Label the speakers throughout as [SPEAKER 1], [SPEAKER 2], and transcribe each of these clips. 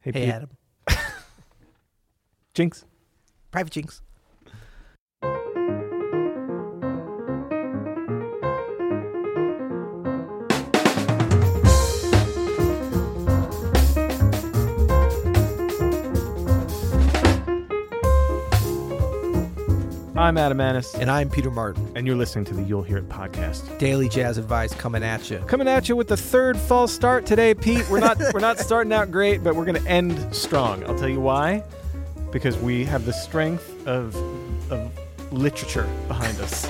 [SPEAKER 1] Hey,
[SPEAKER 2] Hey,
[SPEAKER 1] Pete.
[SPEAKER 2] Adam.
[SPEAKER 1] Jinx.
[SPEAKER 2] Private Jinx.
[SPEAKER 1] I'm Adam Annis,
[SPEAKER 2] And I'm Peter Martin.
[SPEAKER 1] and you're listening to the You'll Hear It podcast.
[SPEAKER 2] Daily Jazz Advice coming at you.
[SPEAKER 1] Coming at you with the third false start today, Pete. We're not we're not starting out great, but we're going to end strong. I'll tell you why. Because we have the strength of of literature behind us.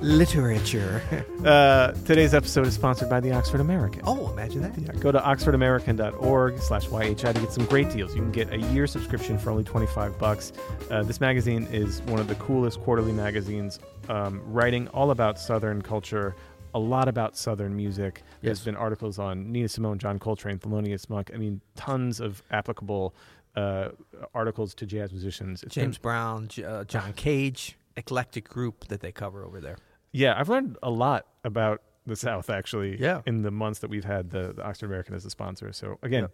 [SPEAKER 2] Literature.
[SPEAKER 1] Uh, today's episode is sponsored by the Oxford American.
[SPEAKER 2] oh, imagine that.
[SPEAKER 1] Yeah, go to oxfordamerican.org slash YHI to get some great deals. You can get a year subscription for only 25 bucks. Uh, this magazine is one of the coolest quarterly magazines, um, writing all about Southern culture, a lot about Southern music. There's
[SPEAKER 2] Yes.
[SPEAKER 1] been articles on Nina Simone, John Coltrane, Thelonious Monk. I mean, tons of applicable uh, articles to jazz musicians. It's been-
[SPEAKER 2] James Brown, J- uh, John Cage, eclectic group that they cover over there.
[SPEAKER 1] Yeah, I've learned a lot about the South actually.
[SPEAKER 2] Yeah.
[SPEAKER 1] In the months that we've had the, the Oxford American as a sponsor. So again,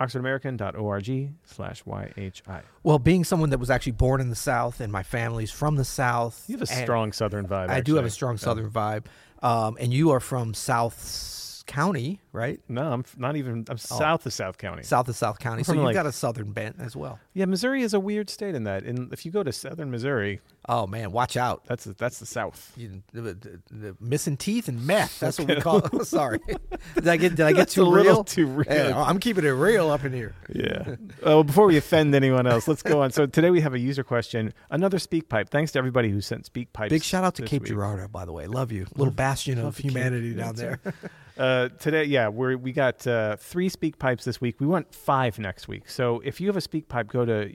[SPEAKER 1] oxfordamerican.org slash YHI.
[SPEAKER 2] Well, being someone that was actually born in the South and my family's from the South.
[SPEAKER 1] You have a
[SPEAKER 2] and
[SPEAKER 1] strong Southern vibe.
[SPEAKER 2] I do have a
[SPEAKER 1] actually.
[SPEAKER 2] strong Southern vibe. Um, and you are from South County, right?
[SPEAKER 1] No, I'm f- not even. I'm south of South County.
[SPEAKER 2] South of South County. So
[SPEAKER 1] from,
[SPEAKER 2] you've
[SPEAKER 1] like-
[SPEAKER 2] got a Southern bent as well.
[SPEAKER 1] Yeah, Missouri is a weird state in that. And if you go to Southern Missouri,
[SPEAKER 2] Oh, man, watch out.
[SPEAKER 1] that's that's the South.
[SPEAKER 2] You- the- the- the missing teeth and meth. That's what we call. Sorry, did I get did I get
[SPEAKER 1] That's
[SPEAKER 2] too
[SPEAKER 1] a little
[SPEAKER 2] real?
[SPEAKER 1] too real.
[SPEAKER 2] Yeah, I'm keeping it real up in here.
[SPEAKER 1] Yeah. Uh, well, before we offend anyone else, let's go on. So today we have a user question. Another speak pipe. Thanks to everybody who sent speak pipes.
[SPEAKER 2] Big shout out to
[SPEAKER 1] this
[SPEAKER 2] Cape
[SPEAKER 1] week.
[SPEAKER 2] Girardeau, by the way. Love you, little bastion of humanity down there.
[SPEAKER 1] Uh, today, yeah, we're, we got uh, three speak pipes this week. We want five next week. So if you have a speak pipe, go to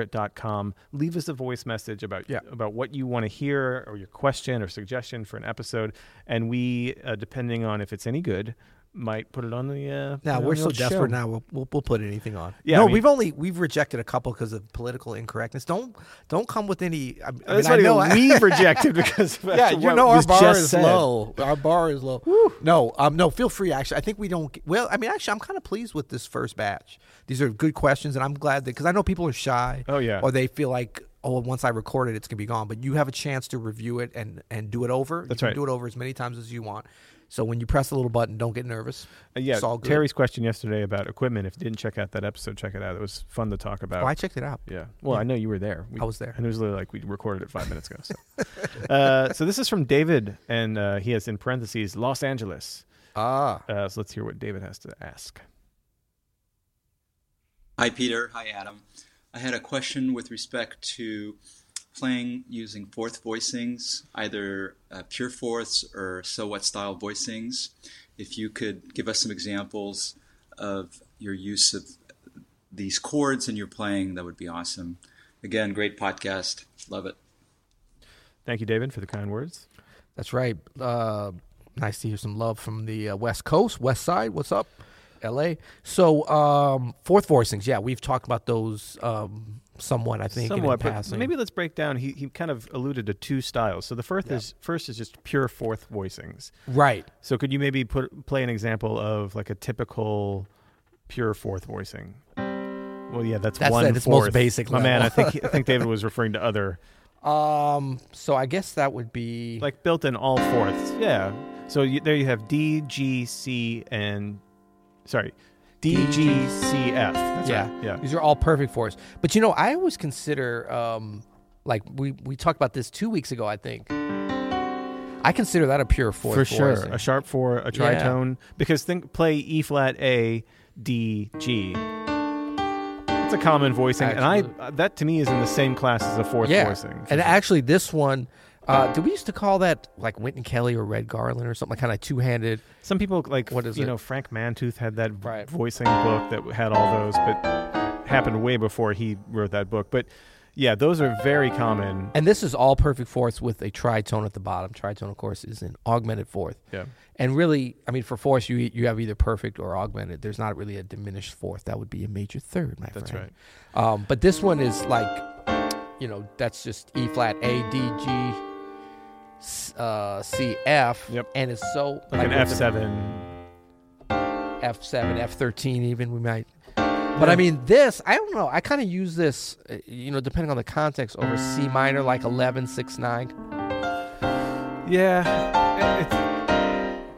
[SPEAKER 1] you'llhearit.com. Leave us a voice message about
[SPEAKER 2] Yeah.
[SPEAKER 1] about what you want to hear or your question or suggestion for an episode, and we, uh, depending on if it's any good, might put it on the. Uh, put it
[SPEAKER 2] Now
[SPEAKER 1] on
[SPEAKER 2] we're
[SPEAKER 1] the
[SPEAKER 2] so
[SPEAKER 1] old show.
[SPEAKER 2] desperate. Now we'll, we'll we'll put anything on.
[SPEAKER 1] Yeah,
[SPEAKER 2] no,
[SPEAKER 1] I mean-
[SPEAKER 2] we've only we've rejected a couple because of political incorrectness. Don't don't come with any. I, I mean,
[SPEAKER 1] Uh, That's
[SPEAKER 2] I
[SPEAKER 1] not even-
[SPEAKER 2] know. I-
[SPEAKER 1] we've rejected because of
[SPEAKER 2] yeah,
[SPEAKER 1] what
[SPEAKER 2] you know our
[SPEAKER 1] was
[SPEAKER 2] bar
[SPEAKER 1] just
[SPEAKER 2] is
[SPEAKER 1] said.
[SPEAKER 2] low. Our bar is low. No, um, no. Feel free. Actually, I think we don't. get- Well, I mean, actually, I'm kind of pleased with this first batch. These are good questions, and I'm glad that because I know people are shy.
[SPEAKER 1] Oh, yeah.
[SPEAKER 2] Or they feel like, oh, once I record it, it's gonna be gone. But you have a chance to review it and and do it over.
[SPEAKER 1] That's
[SPEAKER 2] you can
[SPEAKER 1] right.
[SPEAKER 2] Do it over as many times as you want. So when you press the little button, don't get nervous.
[SPEAKER 1] Uh, yeah,
[SPEAKER 2] it's all good.
[SPEAKER 1] Terry's question yesterday about equipment. If you didn't check out that episode, check it out. It was fun to talk about.
[SPEAKER 2] Oh, I checked it out.
[SPEAKER 1] Yeah. Well, I know you were there. We,
[SPEAKER 2] I was there.
[SPEAKER 1] And it was literally like we recorded it five minutes ago. So, uh, so this is from David, and uh, he has in parentheses Los Angeles.
[SPEAKER 2] Ah,
[SPEAKER 1] Uh, so let's hear what David has to ask.
[SPEAKER 3] Hi, Peter. Hi, Adam. I had a question with respect to playing using fourth voicings, either uh, pure fourths or so what style voicings. If you could give us some examples of your use of these chords in your playing, that would be awesome. Again, great podcast. Love it.
[SPEAKER 1] Thank you, David, for the kind words.
[SPEAKER 2] that's right. Uh, nice to hear some love from the uh, West Coast, West Side. What's up, L.A.? So um, fourth voicings. Yeah, we've talked about those um, somewhat. I think
[SPEAKER 1] Somewhat,
[SPEAKER 2] in
[SPEAKER 1] but
[SPEAKER 2] passing.
[SPEAKER 1] maybe let's break down. He, he kind of alluded to two styles. So the first is first is just pure fourth voicings.
[SPEAKER 2] right.
[SPEAKER 1] So could you maybe put play an example of like a typical pure fourth voicing? Well, yeah, that's,
[SPEAKER 2] That's
[SPEAKER 1] one
[SPEAKER 2] at its most
[SPEAKER 1] fourth.
[SPEAKER 2] basic
[SPEAKER 1] My man,
[SPEAKER 2] level.
[SPEAKER 1] I think he- I think David was referring to other
[SPEAKER 2] Um. So I guess that would be
[SPEAKER 1] like built in all fourths. Yeah. So you, there you have D, G, C, and sorry, D, E G, C, F. That's
[SPEAKER 2] yeah,
[SPEAKER 1] right. Yeah.
[SPEAKER 2] These are all perfect for us. But you know, I always consider um, like we we talked about this two weeks ago. I think I consider that a pure fourth
[SPEAKER 1] For sure,
[SPEAKER 2] voicing.
[SPEAKER 1] a sharp four, a
[SPEAKER 2] Yeah.
[SPEAKER 1] tritone. Because think, play E flat, A, D, G. It's a common voicing, and
[SPEAKER 2] Absolutely.
[SPEAKER 1] I uh, that to me is in the same class as a fourth
[SPEAKER 2] yeah.
[SPEAKER 1] voicing.
[SPEAKER 2] And actually, this one. Uh, do we used to call that like Wynton Kelly or Red Garland or something like kind of two handed?
[SPEAKER 1] Some people like
[SPEAKER 2] What is
[SPEAKER 1] you
[SPEAKER 2] it?
[SPEAKER 1] know Frank Mantooth had that v-
[SPEAKER 2] Right.
[SPEAKER 1] voicing book that had all those, but happened way before he wrote that book. But yeah, those are very common.
[SPEAKER 2] And this is all perfect fourths with a tritone at the bottom. Tritone, of course, is an augmented fourth.
[SPEAKER 1] Yeah.
[SPEAKER 2] And really, I mean, for fourths, you you have either perfect or augmented. There's not really a diminished fourth. That would be a major third, my
[SPEAKER 1] That's
[SPEAKER 2] friend. That's right. Um, but this one is like, you know, that's just E flat, A, D, G, S- uh, C, F.
[SPEAKER 1] Yep.
[SPEAKER 2] And it's so
[SPEAKER 1] Like an
[SPEAKER 2] with
[SPEAKER 1] F seven. Mm.
[SPEAKER 2] the F7, F13, even we might. But I mean, this, I don't know. I kind of use this, uh, you know, depending on the context, over C minor, like 11, 6, 9,
[SPEAKER 1] Yeah, it's,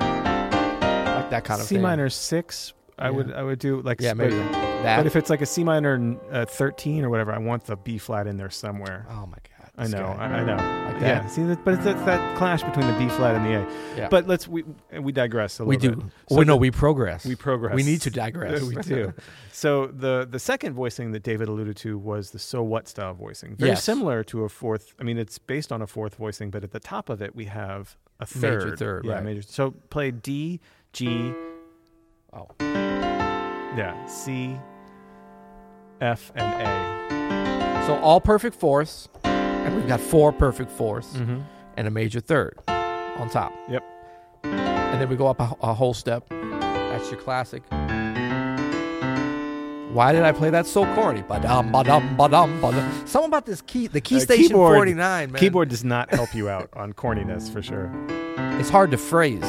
[SPEAKER 2] like that kind of
[SPEAKER 1] C
[SPEAKER 2] thing.
[SPEAKER 1] minor six. I
[SPEAKER 2] Yeah.
[SPEAKER 1] would I would do like
[SPEAKER 2] Yeah,
[SPEAKER 1] but-
[SPEAKER 2] maybe
[SPEAKER 1] But
[SPEAKER 2] that.
[SPEAKER 1] if it's like a C minor uh, thirteen or whatever, I want the B flat in there somewhere.
[SPEAKER 2] oh, my God.
[SPEAKER 1] I
[SPEAKER 2] this
[SPEAKER 1] know, I,
[SPEAKER 2] guy.
[SPEAKER 1] I know.
[SPEAKER 2] Like
[SPEAKER 1] yeah,
[SPEAKER 2] that?
[SPEAKER 1] see, that, but it's, it's that clash between the B flat and the A.
[SPEAKER 2] Yeah.
[SPEAKER 1] But let's we we digress a
[SPEAKER 2] we
[SPEAKER 1] little.
[SPEAKER 2] do.
[SPEAKER 1] Bit. So
[SPEAKER 2] we, no, we progress.
[SPEAKER 1] we progress.
[SPEAKER 2] We need to digress.
[SPEAKER 1] we do. So the the second voicing that David alluded to was the so what style voicing, very
[SPEAKER 2] Yes.
[SPEAKER 1] similar to a fourth. I mean, it's based on a fourth voicing, but at the top of it we have a
[SPEAKER 2] Major
[SPEAKER 1] third,
[SPEAKER 2] third,
[SPEAKER 1] yeah,
[SPEAKER 2] right.
[SPEAKER 1] major. So play D, G,
[SPEAKER 2] Oh.
[SPEAKER 1] yeah, C, F, and A.
[SPEAKER 2] So all perfect fourths, and we've got four perfect 4ths
[SPEAKER 1] Mhm.
[SPEAKER 2] and a major third on top.
[SPEAKER 1] Yep.
[SPEAKER 2] And then we go up a, a whole step. That's your classic. Why did I play that so corny? Ba-dum, ba-dum, ba-dum, ba-dum. Something about this key, the key
[SPEAKER 1] Uh,
[SPEAKER 2] station
[SPEAKER 1] keyboard-
[SPEAKER 2] 49, man.
[SPEAKER 1] Keyboard does not help you out on corniness for sure.
[SPEAKER 2] It's hard to phrase.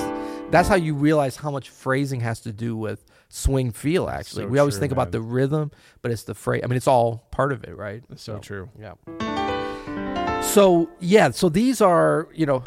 [SPEAKER 2] That's how you realize how much phrasing has to do with swing feel, actually.
[SPEAKER 1] So
[SPEAKER 2] we always
[SPEAKER 1] true,
[SPEAKER 2] think
[SPEAKER 1] man.
[SPEAKER 2] about the rhythm, but it's the phrase. I mean, it's all part of it, right?
[SPEAKER 1] So true.
[SPEAKER 2] Yeah. So yeah, so these are you know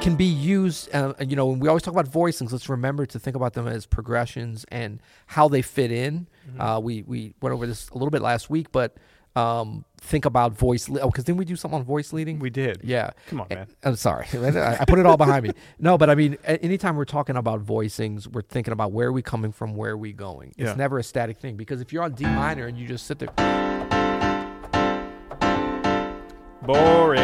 [SPEAKER 2] can be used. Uh, you know, when we always talk about voicings, let's remember to think about them as progressions and how they fit in.
[SPEAKER 1] Mm-hmm.
[SPEAKER 2] Uh, we we went over this a little bit last week, but um, think about voice. Le- oh, because then we do something on voice leading.
[SPEAKER 1] We did.
[SPEAKER 2] Yeah.
[SPEAKER 1] Come on,
[SPEAKER 2] A-
[SPEAKER 1] man.
[SPEAKER 2] I'm sorry. I I put it all behind me. No, but I mean, a- anytime we're talking about voicings, we're thinking about where are we coming from, where are we going. It's
[SPEAKER 1] Yeah.
[SPEAKER 2] never a static thing because if you're on D minor and you just sit there,
[SPEAKER 1] Boring.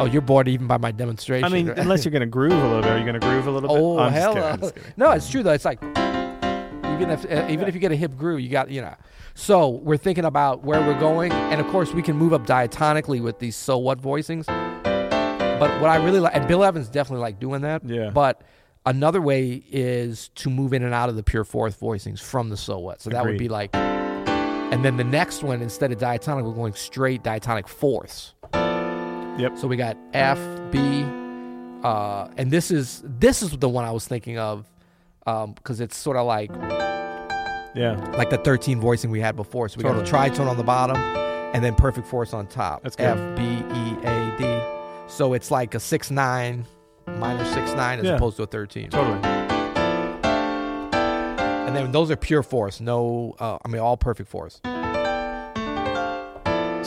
[SPEAKER 2] Oh, you're bored even by my demonstration.
[SPEAKER 1] I mean, unless you're gonna groove a little bit, are you gonna groove a little
[SPEAKER 2] oh
[SPEAKER 1] bit? I'm just
[SPEAKER 2] hell,
[SPEAKER 1] kidding,
[SPEAKER 2] uh,
[SPEAKER 1] I'm just kidding.
[SPEAKER 2] no, it's true though. It's like you're gonna have to- uh, even if you get a hip groove, you got you know. So we're thinking about where we're going, and of course we can move up diatonically with these so what voicings. But what I really like, and Bill Evans definitely like doing that.
[SPEAKER 1] Yeah.
[SPEAKER 2] But another way is to move in and out of the pure fourth voicings from the so what. So that would
[SPEAKER 1] Agreed.
[SPEAKER 2] be like, and then the next one instead of diatonic, we're going straight diatonic fourths.
[SPEAKER 1] Yep.
[SPEAKER 2] So we got F, B, uh, and this is this is the one I was thinking of because it's sort of like
[SPEAKER 1] Yeah.
[SPEAKER 2] like the 13 voicing we had before. So we got a tritone on the bottom and then perfect force on top.
[SPEAKER 1] That's good.
[SPEAKER 2] F, B, E, A, D. So it's like a six nine minor six nine as
[SPEAKER 1] Yeah.
[SPEAKER 2] opposed to a 13.
[SPEAKER 1] Totally.
[SPEAKER 2] And then those are pure force, no, uh, I mean all perfect force.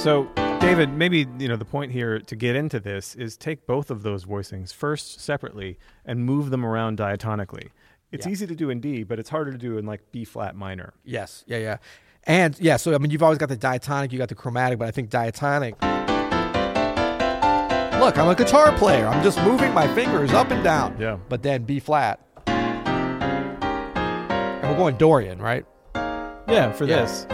[SPEAKER 1] So, David, maybe you know the point here to get into this is take both of those voicings first separately and move them around diatonically. It's
[SPEAKER 2] Yeah.
[SPEAKER 1] easy to do in D, but it's harder to do in like B flat minor.
[SPEAKER 2] Yes, yeah, yeah, and yeah. So I mean, you've always got the diatonic, you got the chromatic, but I think diatonic. Look, I'm a guitar player. I'm just moving my fingers up and down.
[SPEAKER 1] Yeah.
[SPEAKER 2] But then B flat. And we're going Dorian, right?
[SPEAKER 1] Yeah, for
[SPEAKER 2] Yeah.
[SPEAKER 1] this.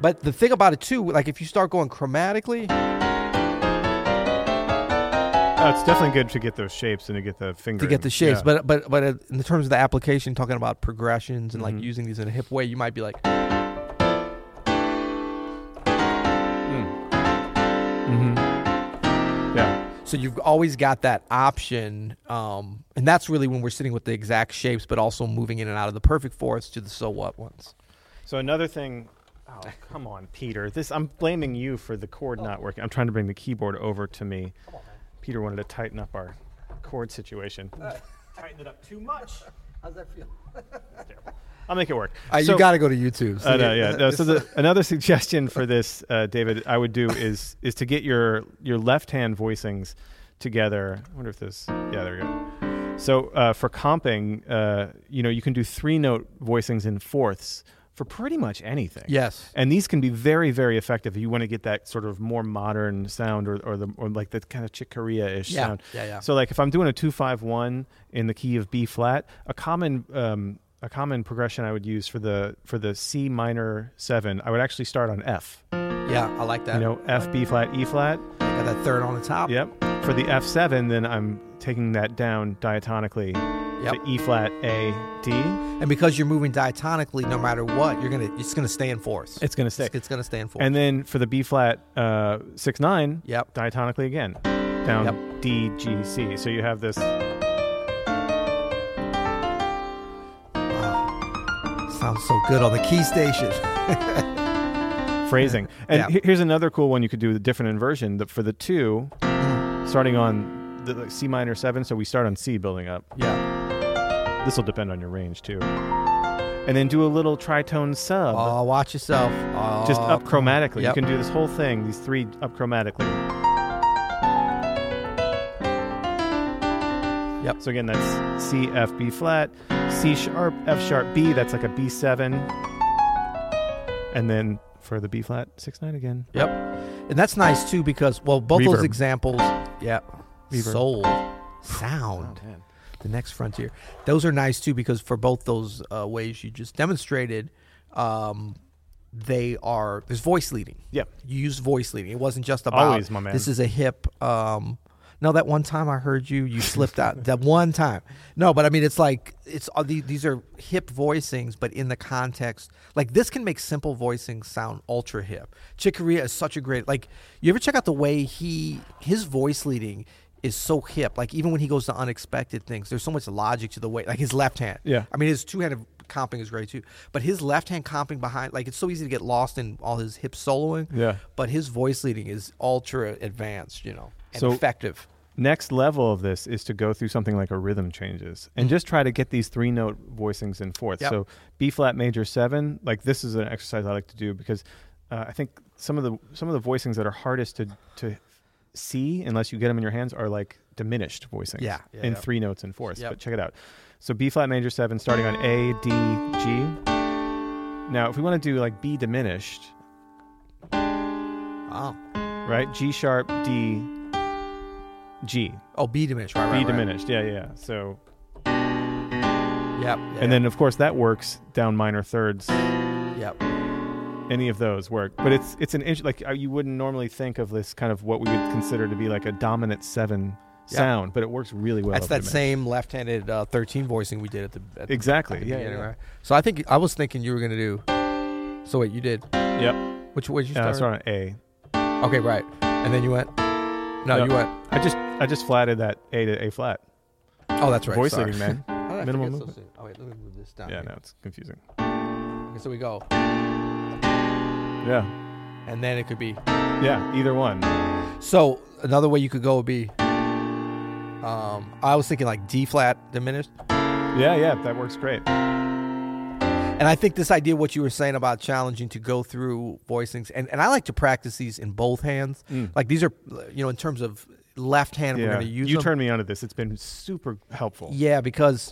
[SPEAKER 2] But the thing about it too, like if you start going chromatically,
[SPEAKER 1] Oh, it's definitely good to get those shapes and to get the finger
[SPEAKER 2] to get
[SPEAKER 1] in.
[SPEAKER 2] the shapes.
[SPEAKER 1] Yeah.
[SPEAKER 2] But but but in the terms of the application, talking about progressions and
[SPEAKER 1] Mm-hmm.
[SPEAKER 2] like using these in a hip way, you might be like,
[SPEAKER 1] yeah,
[SPEAKER 2] so you've always got that option, um, and that's really when we're sitting with the exact shapes, but also moving in and out of the perfect fourths to the so what ones.
[SPEAKER 1] so another thing. Oh, come on, Peter. This I'm blaming you for the chord not working. I'm trying to bring the keyboard over to me. Peter wanted to tighten up our chord situation. Tightened Uh, it up too much.
[SPEAKER 2] How's that feel?
[SPEAKER 1] I'll make it work.
[SPEAKER 2] Uh, you
[SPEAKER 1] So-
[SPEAKER 2] got to go to YouTube.
[SPEAKER 1] I know, yeah. No, so the, another suggestion for this, uh, David, I would do is is to get your your left hand voicings together. I wonder if this. Yeah, there we go. So uh, for comping, uh, you know, you can do three note voicings in fourths for pretty much anything.
[SPEAKER 2] yes,
[SPEAKER 1] And these can be very, very effective if you want to get that sort of more modern sound or, or the or like the kind of Chick Corea ish
[SPEAKER 2] Yeah,
[SPEAKER 1] sound.
[SPEAKER 2] yeah, yeah.
[SPEAKER 1] So like if I'm doing a two five one in the key of B flat, a common um, a common progression I would use for the for the C minor seven, I would actually start on F.
[SPEAKER 2] yeah, I like that.
[SPEAKER 1] You know, F B flat E flat.
[SPEAKER 2] got that third on the top.
[SPEAKER 1] Yep. For the F seven, then I'm taking that down diatonically
[SPEAKER 2] Yep.
[SPEAKER 1] to E flat A D.
[SPEAKER 2] And because you're moving diatonically, no matter what, you're gonna it's gonna stay in fourths.
[SPEAKER 1] It's gonna
[SPEAKER 2] It's-
[SPEAKER 1] stick.
[SPEAKER 2] It's gonna stay in fourths.
[SPEAKER 1] And then for the B flat uh, six nine,
[SPEAKER 2] Yep.
[SPEAKER 1] diatonically again, down
[SPEAKER 2] Yep.
[SPEAKER 1] D G C. So you have this.
[SPEAKER 2] sounds so good on the key station.
[SPEAKER 1] Phrasing. And
[SPEAKER 2] Mm-hmm. Yeah.
[SPEAKER 1] he- here's another cool one you could do with a different inversion. That for the two,
[SPEAKER 2] Mm-hmm.
[SPEAKER 1] starting on the like, C minor seven, so we start on C building up.
[SPEAKER 2] Yeah.
[SPEAKER 1] This will depend on your range too. And then do a little tritone sub,
[SPEAKER 2] Oh, watch yourself. Oh,
[SPEAKER 1] just up chromatically.
[SPEAKER 2] Yep.
[SPEAKER 1] You can do this whole thing, these three up chromatically.
[SPEAKER 2] Yep.
[SPEAKER 1] So again, that's C, F, B flat, C sharp, F sharp, B. That's like a B seven, and then for the B flat six nine again.
[SPEAKER 2] Yep. And that's nice too because well, both
[SPEAKER 1] Reverb.
[SPEAKER 2] those examples. Yeah.
[SPEAKER 1] Reverb.
[SPEAKER 2] Soul, sound, the next frontier. Those are nice too because for both those uh, ways you just demonstrated, um, they are there's voice leading.
[SPEAKER 1] Yeah.
[SPEAKER 2] You use voice leading. It wasn't just about
[SPEAKER 1] Always, my man.
[SPEAKER 2] this is a hip. Um, no, that one time I heard you, you slipped out. that one time. No, but I mean, it's like it's all the- these are hip voicings, but in the context, like this can make simple voicings sound ultra hip. Chick Corea is such a great. Like, you ever check out the way he his voice leading is so hip. Like even when he goes to unexpected things, there's so much logic to the way. Like his left hand.
[SPEAKER 1] Yeah.
[SPEAKER 2] I mean, his two-handed comping is great too, but his left-hand comping behind, like it's so easy to get lost in all his hip soloing.
[SPEAKER 1] Yeah.
[SPEAKER 2] But his voice leading is ultra advanced, you know, and
[SPEAKER 1] So-
[SPEAKER 2] effective.
[SPEAKER 1] Next level of this is to go through something like a rhythm changes and just try to get these three note voicings in fourth.
[SPEAKER 2] Mm-hmm. Yep.
[SPEAKER 1] So B flat major seven, like this is an exercise I like to do because uh, I think some of the some of the voicings that are hardest to to see unless you get them in your hands are like diminished voicings.
[SPEAKER 2] Yeah. Yeah,
[SPEAKER 1] in
[SPEAKER 2] yeah.
[SPEAKER 1] three notes in fourth.
[SPEAKER 2] Yep.
[SPEAKER 1] But check it out. So B flat major seven, starting on A D G. Now, if we want to do like B diminished,
[SPEAKER 2] Wow.
[SPEAKER 1] right? G sharp D G.
[SPEAKER 2] Oh, B diminished. Right,
[SPEAKER 1] B
[SPEAKER 2] right, right.
[SPEAKER 1] diminished. Yeah, yeah, yeah. So
[SPEAKER 2] Yep.
[SPEAKER 1] And then, of course, that works down minor thirds.
[SPEAKER 2] then. Yep.
[SPEAKER 1] Any of those work, but it's it's an inch like uh, you wouldn't normally think of this kind of what we would consider to be like a dominant seven
[SPEAKER 2] Yeah.
[SPEAKER 1] sound, but it works really well.
[SPEAKER 2] That's
[SPEAKER 1] over
[SPEAKER 2] that
[SPEAKER 1] the mix.
[SPEAKER 2] same left-handed uh, 13 voicing we did at the at the-
[SPEAKER 1] Exactly.
[SPEAKER 2] at the
[SPEAKER 1] Yeah,
[SPEAKER 2] beginning,
[SPEAKER 1] yeah,
[SPEAKER 2] right? So I think I was thinking you were gonna do. So wait, you did.
[SPEAKER 1] Yep.
[SPEAKER 2] Which way did you
[SPEAKER 1] Yeah,
[SPEAKER 2] start?
[SPEAKER 1] that's on A.
[SPEAKER 2] Okay, right. And then you went. No,
[SPEAKER 1] No.
[SPEAKER 2] you went.
[SPEAKER 1] I just I just flatted that A to A flat.
[SPEAKER 2] Oh, that's right.
[SPEAKER 1] Voice
[SPEAKER 2] sorry.
[SPEAKER 1] leading, man.
[SPEAKER 2] How did I
[SPEAKER 1] Minimal
[SPEAKER 2] forget so
[SPEAKER 1] movement.
[SPEAKER 2] soon? Oh wait, let me move this down.
[SPEAKER 1] Yeah,
[SPEAKER 2] here.
[SPEAKER 1] no, it's confusing.
[SPEAKER 2] Okay, so we go,
[SPEAKER 1] Yeah,
[SPEAKER 2] and then it could be.
[SPEAKER 1] yeah, either one.
[SPEAKER 2] So another way you could go would be. Um, I was thinking like D flat diminished,
[SPEAKER 1] Yeah, yeah, that works great.
[SPEAKER 2] and I think this idea what you were saying about challenging to go through voicings, and and I like to practice these in both hands. Like these are, you know, in terms of left hand, we're
[SPEAKER 1] Mm. Yeah,
[SPEAKER 2] going to use
[SPEAKER 1] you
[SPEAKER 2] them.
[SPEAKER 1] turn me onto this. It's been super helpful.
[SPEAKER 2] Yeah, because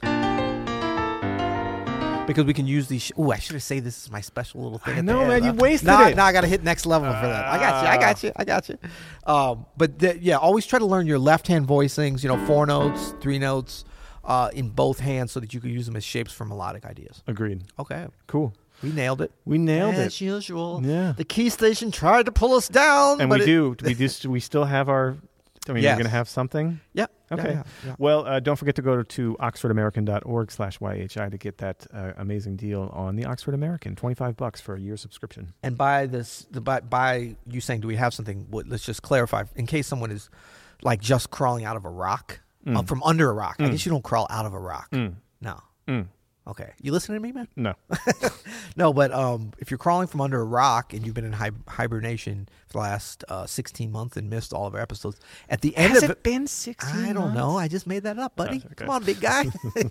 [SPEAKER 2] because we can use these. Sh- oh, I should have said this is my special little thing.
[SPEAKER 1] I
[SPEAKER 2] at the
[SPEAKER 1] know,
[SPEAKER 2] end,
[SPEAKER 1] man, you
[SPEAKER 2] huh?
[SPEAKER 1] wasted
[SPEAKER 2] Nah,
[SPEAKER 1] it.
[SPEAKER 2] Now I got to hit next level for that. I got you. I got you. I got you. Um, but th- yeah, always try to learn your left hand voicings. You know, four notes, three notes, uh, in both hands, so that you can use them as shapes for melodic ideas.
[SPEAKER 1] Agreed.
[SPEAKER 2] Okay,
[SPEAKER 1] Cool.
[SPEAKER 2] we nailed it.
[SPEAKER 1] We nailed it.
[SPEAKER 2] As usual.
[SPEAKER 1] Yeah.
[SPEAKER 2] The key station tried to pull us down,
[SPEAKER 1] and
[SPEAKER 2] but
[SPEAKER 1] we
[SPEAKER 2] it-
[SPEAKER 1] do we just we still have our i mean
[SPEAKER 2] Yes.
[SPEAKER 1] we're gonna have something
[SPEAKER 2] Yeah. yeah,
[SPEAKER 1] okay
[SPEAKER 2] yeah, yeah.
[SPEAKER 1] well uh, don't forget to go to, to oxfordamerican.org slash yhi to get that uh, amazing deal on the oxford american 25 bucks for a year subscription
[SPEAKER 2] And by this, the, by, by you saying, do we have something? What, let's just clarify in case someone is like just crawling out of a rock,
[SPEAKER 1] Mm.
[SPEAKER 2] uh, from under a rock. I guess you don't crawl out of a rock. No.
[SPEAKER 1] Mm.
[SPEAKER 2] Okay. You listening to me, man?
[SPEAKER 1] no
[SPEAKER 2] No, but um, if you're crawling from under a rock and you've been in hi- hibernation for the last uh, 16 months and missed all of our episodes, at the end of
[SPEAKER 1] been 16
[SPEAKER 2] I don't know. I just made that up, buddy.
[SPEAKER 1] okay.
[SPEAKER 2] Come on, big guy.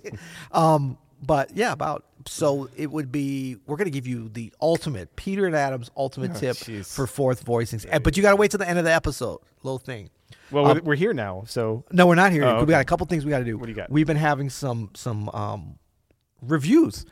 [SPEAKER 2] um, but yeah, about so it would be. We're going to give you the ultimate Peter and Adam's ultimate tip
[SPEAKER 1] jeez.
[SPEAKER 2] for fourth voicings, Eh, but you got to wait till the end of the episode. Little thing.
[SPEAKER 1] well
[SPEAKER 2] Um,
[SPEAKER 1] we're, we're here now so
[SPEAKER 2] No, we're not here.
[SPEAKER 1] Oh,
[SPEAKER 2] We
[SPEAKER 1] okay.
[SPEAKER 2] got a couple things we got to do. What
[SPEAKER 1] do you got?
[SPEAKER 2] We've been having some some um, reviews,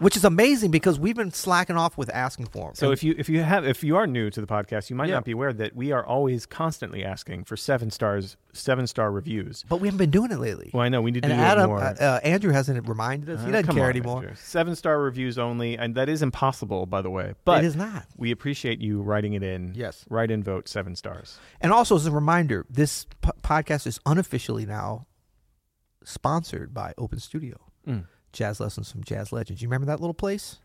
[SPEAKER 2] which is amazing because we've been slacking off with asking for them.
[SPEAKER 1] so if you if you have if you are new to the podcast you might
[SPEAKER 2] Yeah.
[SPEAKER 1] not be aware that we are always constantly asking for seven stars seven star reviews
[SPEAKER 2] but we haven't been doing it lately.
[SPEAKER 1] well i know we need to
[SPEAKER 2] and
[SPEAKER 1] do
[SPEAKER 2] Adam,
[SPEAKER 1] it more
[SPEAKER 2] uh, uh, Andrew hasn't reminded us. he
[SPEAKER 1] Uh,
[SPEAKER 2] doesn't
[SPEAKER 1] come
[SPEAKER 2] care
[SPEAKER 1] on,
[SPEAKER 2] anymore.
[SPEAKER 1] Andrew. Seven star reviews only, and that is impossible, by the way. But
[SPEAKER 2] It is not.
[SPEAKER 1] We appreciate you writing it in.
[SPEAKER 2] Yes.
[SPEAKER 1] write in vote seven stars.
[SPEAKER 2] And also, as a reminder, this po- podcast is unofficially now
[SPEAKER 1] Mm.
[SPEAKER 2] sponsored by Open Studio Jazz Lessons from Jazz Legends. You remember that little place?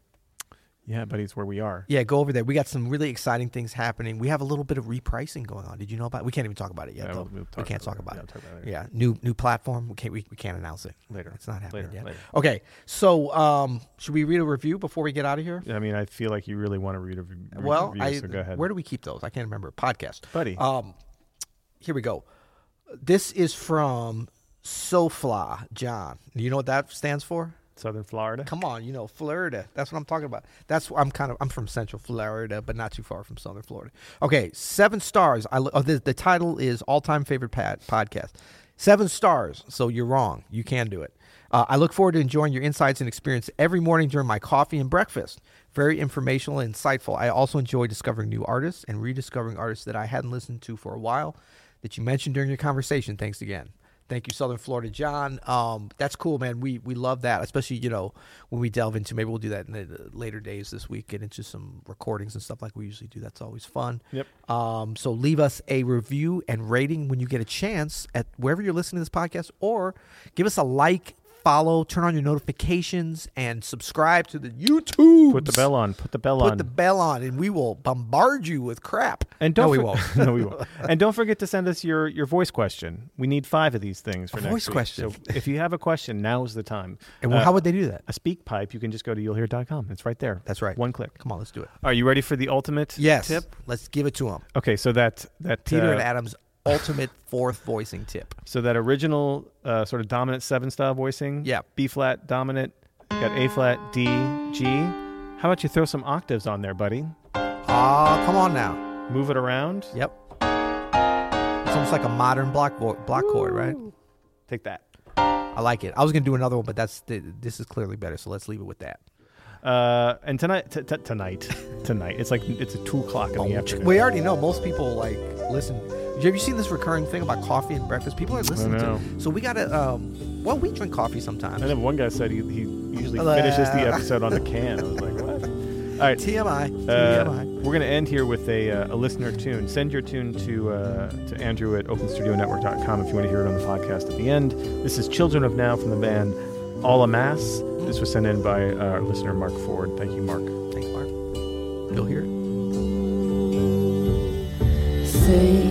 [SPEAKER 1] Yeah, but it's where we are.
[SPEAKER 2] Yeah, go over there. We got some really exciting things happening. We have a little bit of repricing going on. Did you know about? It? We can't even talk about it yet.
[SPEAKER 1] Yeah,
[SPEAKER 2] though.
[SPEAKER 1] we'll- we'll
[SPEAKER 2] we
[SPEAKER 1] talk
[SPEAKER 2] can't
[SPEAKER 1] about
[SPEAKER 2] talk
[SPEAKER 1] it.
[SPEAKER 2] about
[SPEAKER 1] Yeah,
[SPEAKER 2] it.
[SPEAKER 1] talk about it later.
[SPEAKER 2] Yeah, new new platform. We can't we, we can't announce it
[SPEAKER 1] Later.
[SPEAKER 2] It's not happening
[SPEAKER 1] Later,
[SPEAKER 2] yet.
[SPEAKER 1] later.
[SPEAKER 2] Okay, so um, should we read a review before we get out of here?
[SPEAKER 1] I mean, I feel like you really want to read a re- read
[SPEAKER 2] well,
[SPEAKER 1] review,
[SPEAKER 2] I,
[SPEAKER 1] so go ahead.
[SPEAKER 2] where do we keep those? I can't remember. Podcast,
[SPEAKER 1] Buddy.
[SPEAKER 2] Um, here we go. This is from SoFla John. Do you know what that stands for?
[SPEAKER 1] Southern Florida.
[SPEAKER 2] Come on, you know Florida. That's what I'm talking about. That's what I'm kind of. I'm from Central Florida, but not too far from Southern Florida. Okay, seven stars. I lo- oh, the, the title is all time favorite pad, podcast. Seven stars. So you're wrong. You can do it. Uh, I look forward to enjoying your insights and experience every morning during my coffee and breakfast. Very informational and insightful. I also enjoy discovering new artists and rediscovering artists that I hadn't listened to for a while that you mentioned during your conversation. Thanks again. Thank you, Southern Florida, John. Um, that's cool, man. We we love that, especially you know when we delve into. Maybe we'll do that in the, the later days this week. Get into some recordings and stuff like we usually do. That's always fun.
[SPEAKER 1] Yep.
[SPEAKER 2] Um, so leave us a review and rating when you get a chance at wherever you're listening to this podcast, or give us a like, follow, turn on your notifications, and subscribe to the YouTube.
[SPEAKER 1] Put the bell on. Put the bell
[SPEAKER 2] Put
[SPEAKER 1] on.
[SPEAKER 2] the bell on, and we will bombard you with crap.
[SPEAKER 1] and don't
[SPEAKER 2] no, we
[SPEAKER 1] for-
[SPEAKER 2] won't.
[SPEAKER 1] no, we won't. And don't forget to send us your, your voice question. We need five of these things for next
[SPEAKER 2] voice
[SPEAKER 1] week.
[SPEAKER 2] question.
[SPEAKER 1] So if you have a question, now is the time.
[SPEAKER 2] And
[SPEAKER 1] Uh,
[SPEAKER 2] how would they do that?
[SPEAKER 1] a speak pipe, you can just go to you'llhear.com. It's right there.
[SPEAKER 2] That's right.
[SPEAKER 1] One click.
[SPEAKER 2] Come on, let's do it.
[SPEAKER 1] Are you ready for the ultimate
[SPEAKER 2] Yes.
[SPEAKER 1] tip?
[SPEAKER 2] Let's give it to him.
[SPEAKER 1] Okay, so that that
[SPEAKER 2] Peter and
[SPEAKER 1] uh,
[SPEAKER 2] Adam's ultimate fourth voicing tip.
[SPEAKER 1] So that original uh, sort of dominant seven style voicing.
[SPEAKER 2] Yeah.
[SPEAKER 1] B flat dominant. Got A flat, D, G. How about you throw some octaves on there, buddy?
[SPEAKER 2] Ah, come on now.
[SPEAKER 1] Move it around.
[SPEAKER 2] Yep. It's almost like a modern block bo- block chord, right?
[SPEAKER 1] Take that.
[SPEAKER 2] I like it. I was gonna do another one, but that's th- this is clearly better. So let's leave it with that.
[SPEAKER 1] Uh, and tonight, t- t- tonight, tonight. It's like it's a two o'clock in the afternoon.
[SPEAKER 2] We already know most people like listen. Have you seen this recurring thing about coffee and breakfast? People are listening to.
[SPEAKER 1] know.
[SPEAKER 2] it. So we gotta. Um, well, we drink coffee sometimes.
[SPEAKER 1] And then one guy said he, he usually finishes the episode on the can. I was like, what? All right.
[SPEAKER 2] TMI.
[SPEAKER 1] Uh,
[SPEAKER 2] TMI.
[SPEAKER 1] we're going to end here with a, uh, a listener tune. Send your tune to uh, to Andrew at OpenStudioNetwork.com if you want to hear it on the podcast at the end. This is Children of Now from the band All a Mass. This was sent in by uh, our listener Mark Ford. Thank you, Mark.
[SPEAKER 2] Thanks, Mark. You'll hear it.
[SPEAKER 4] Say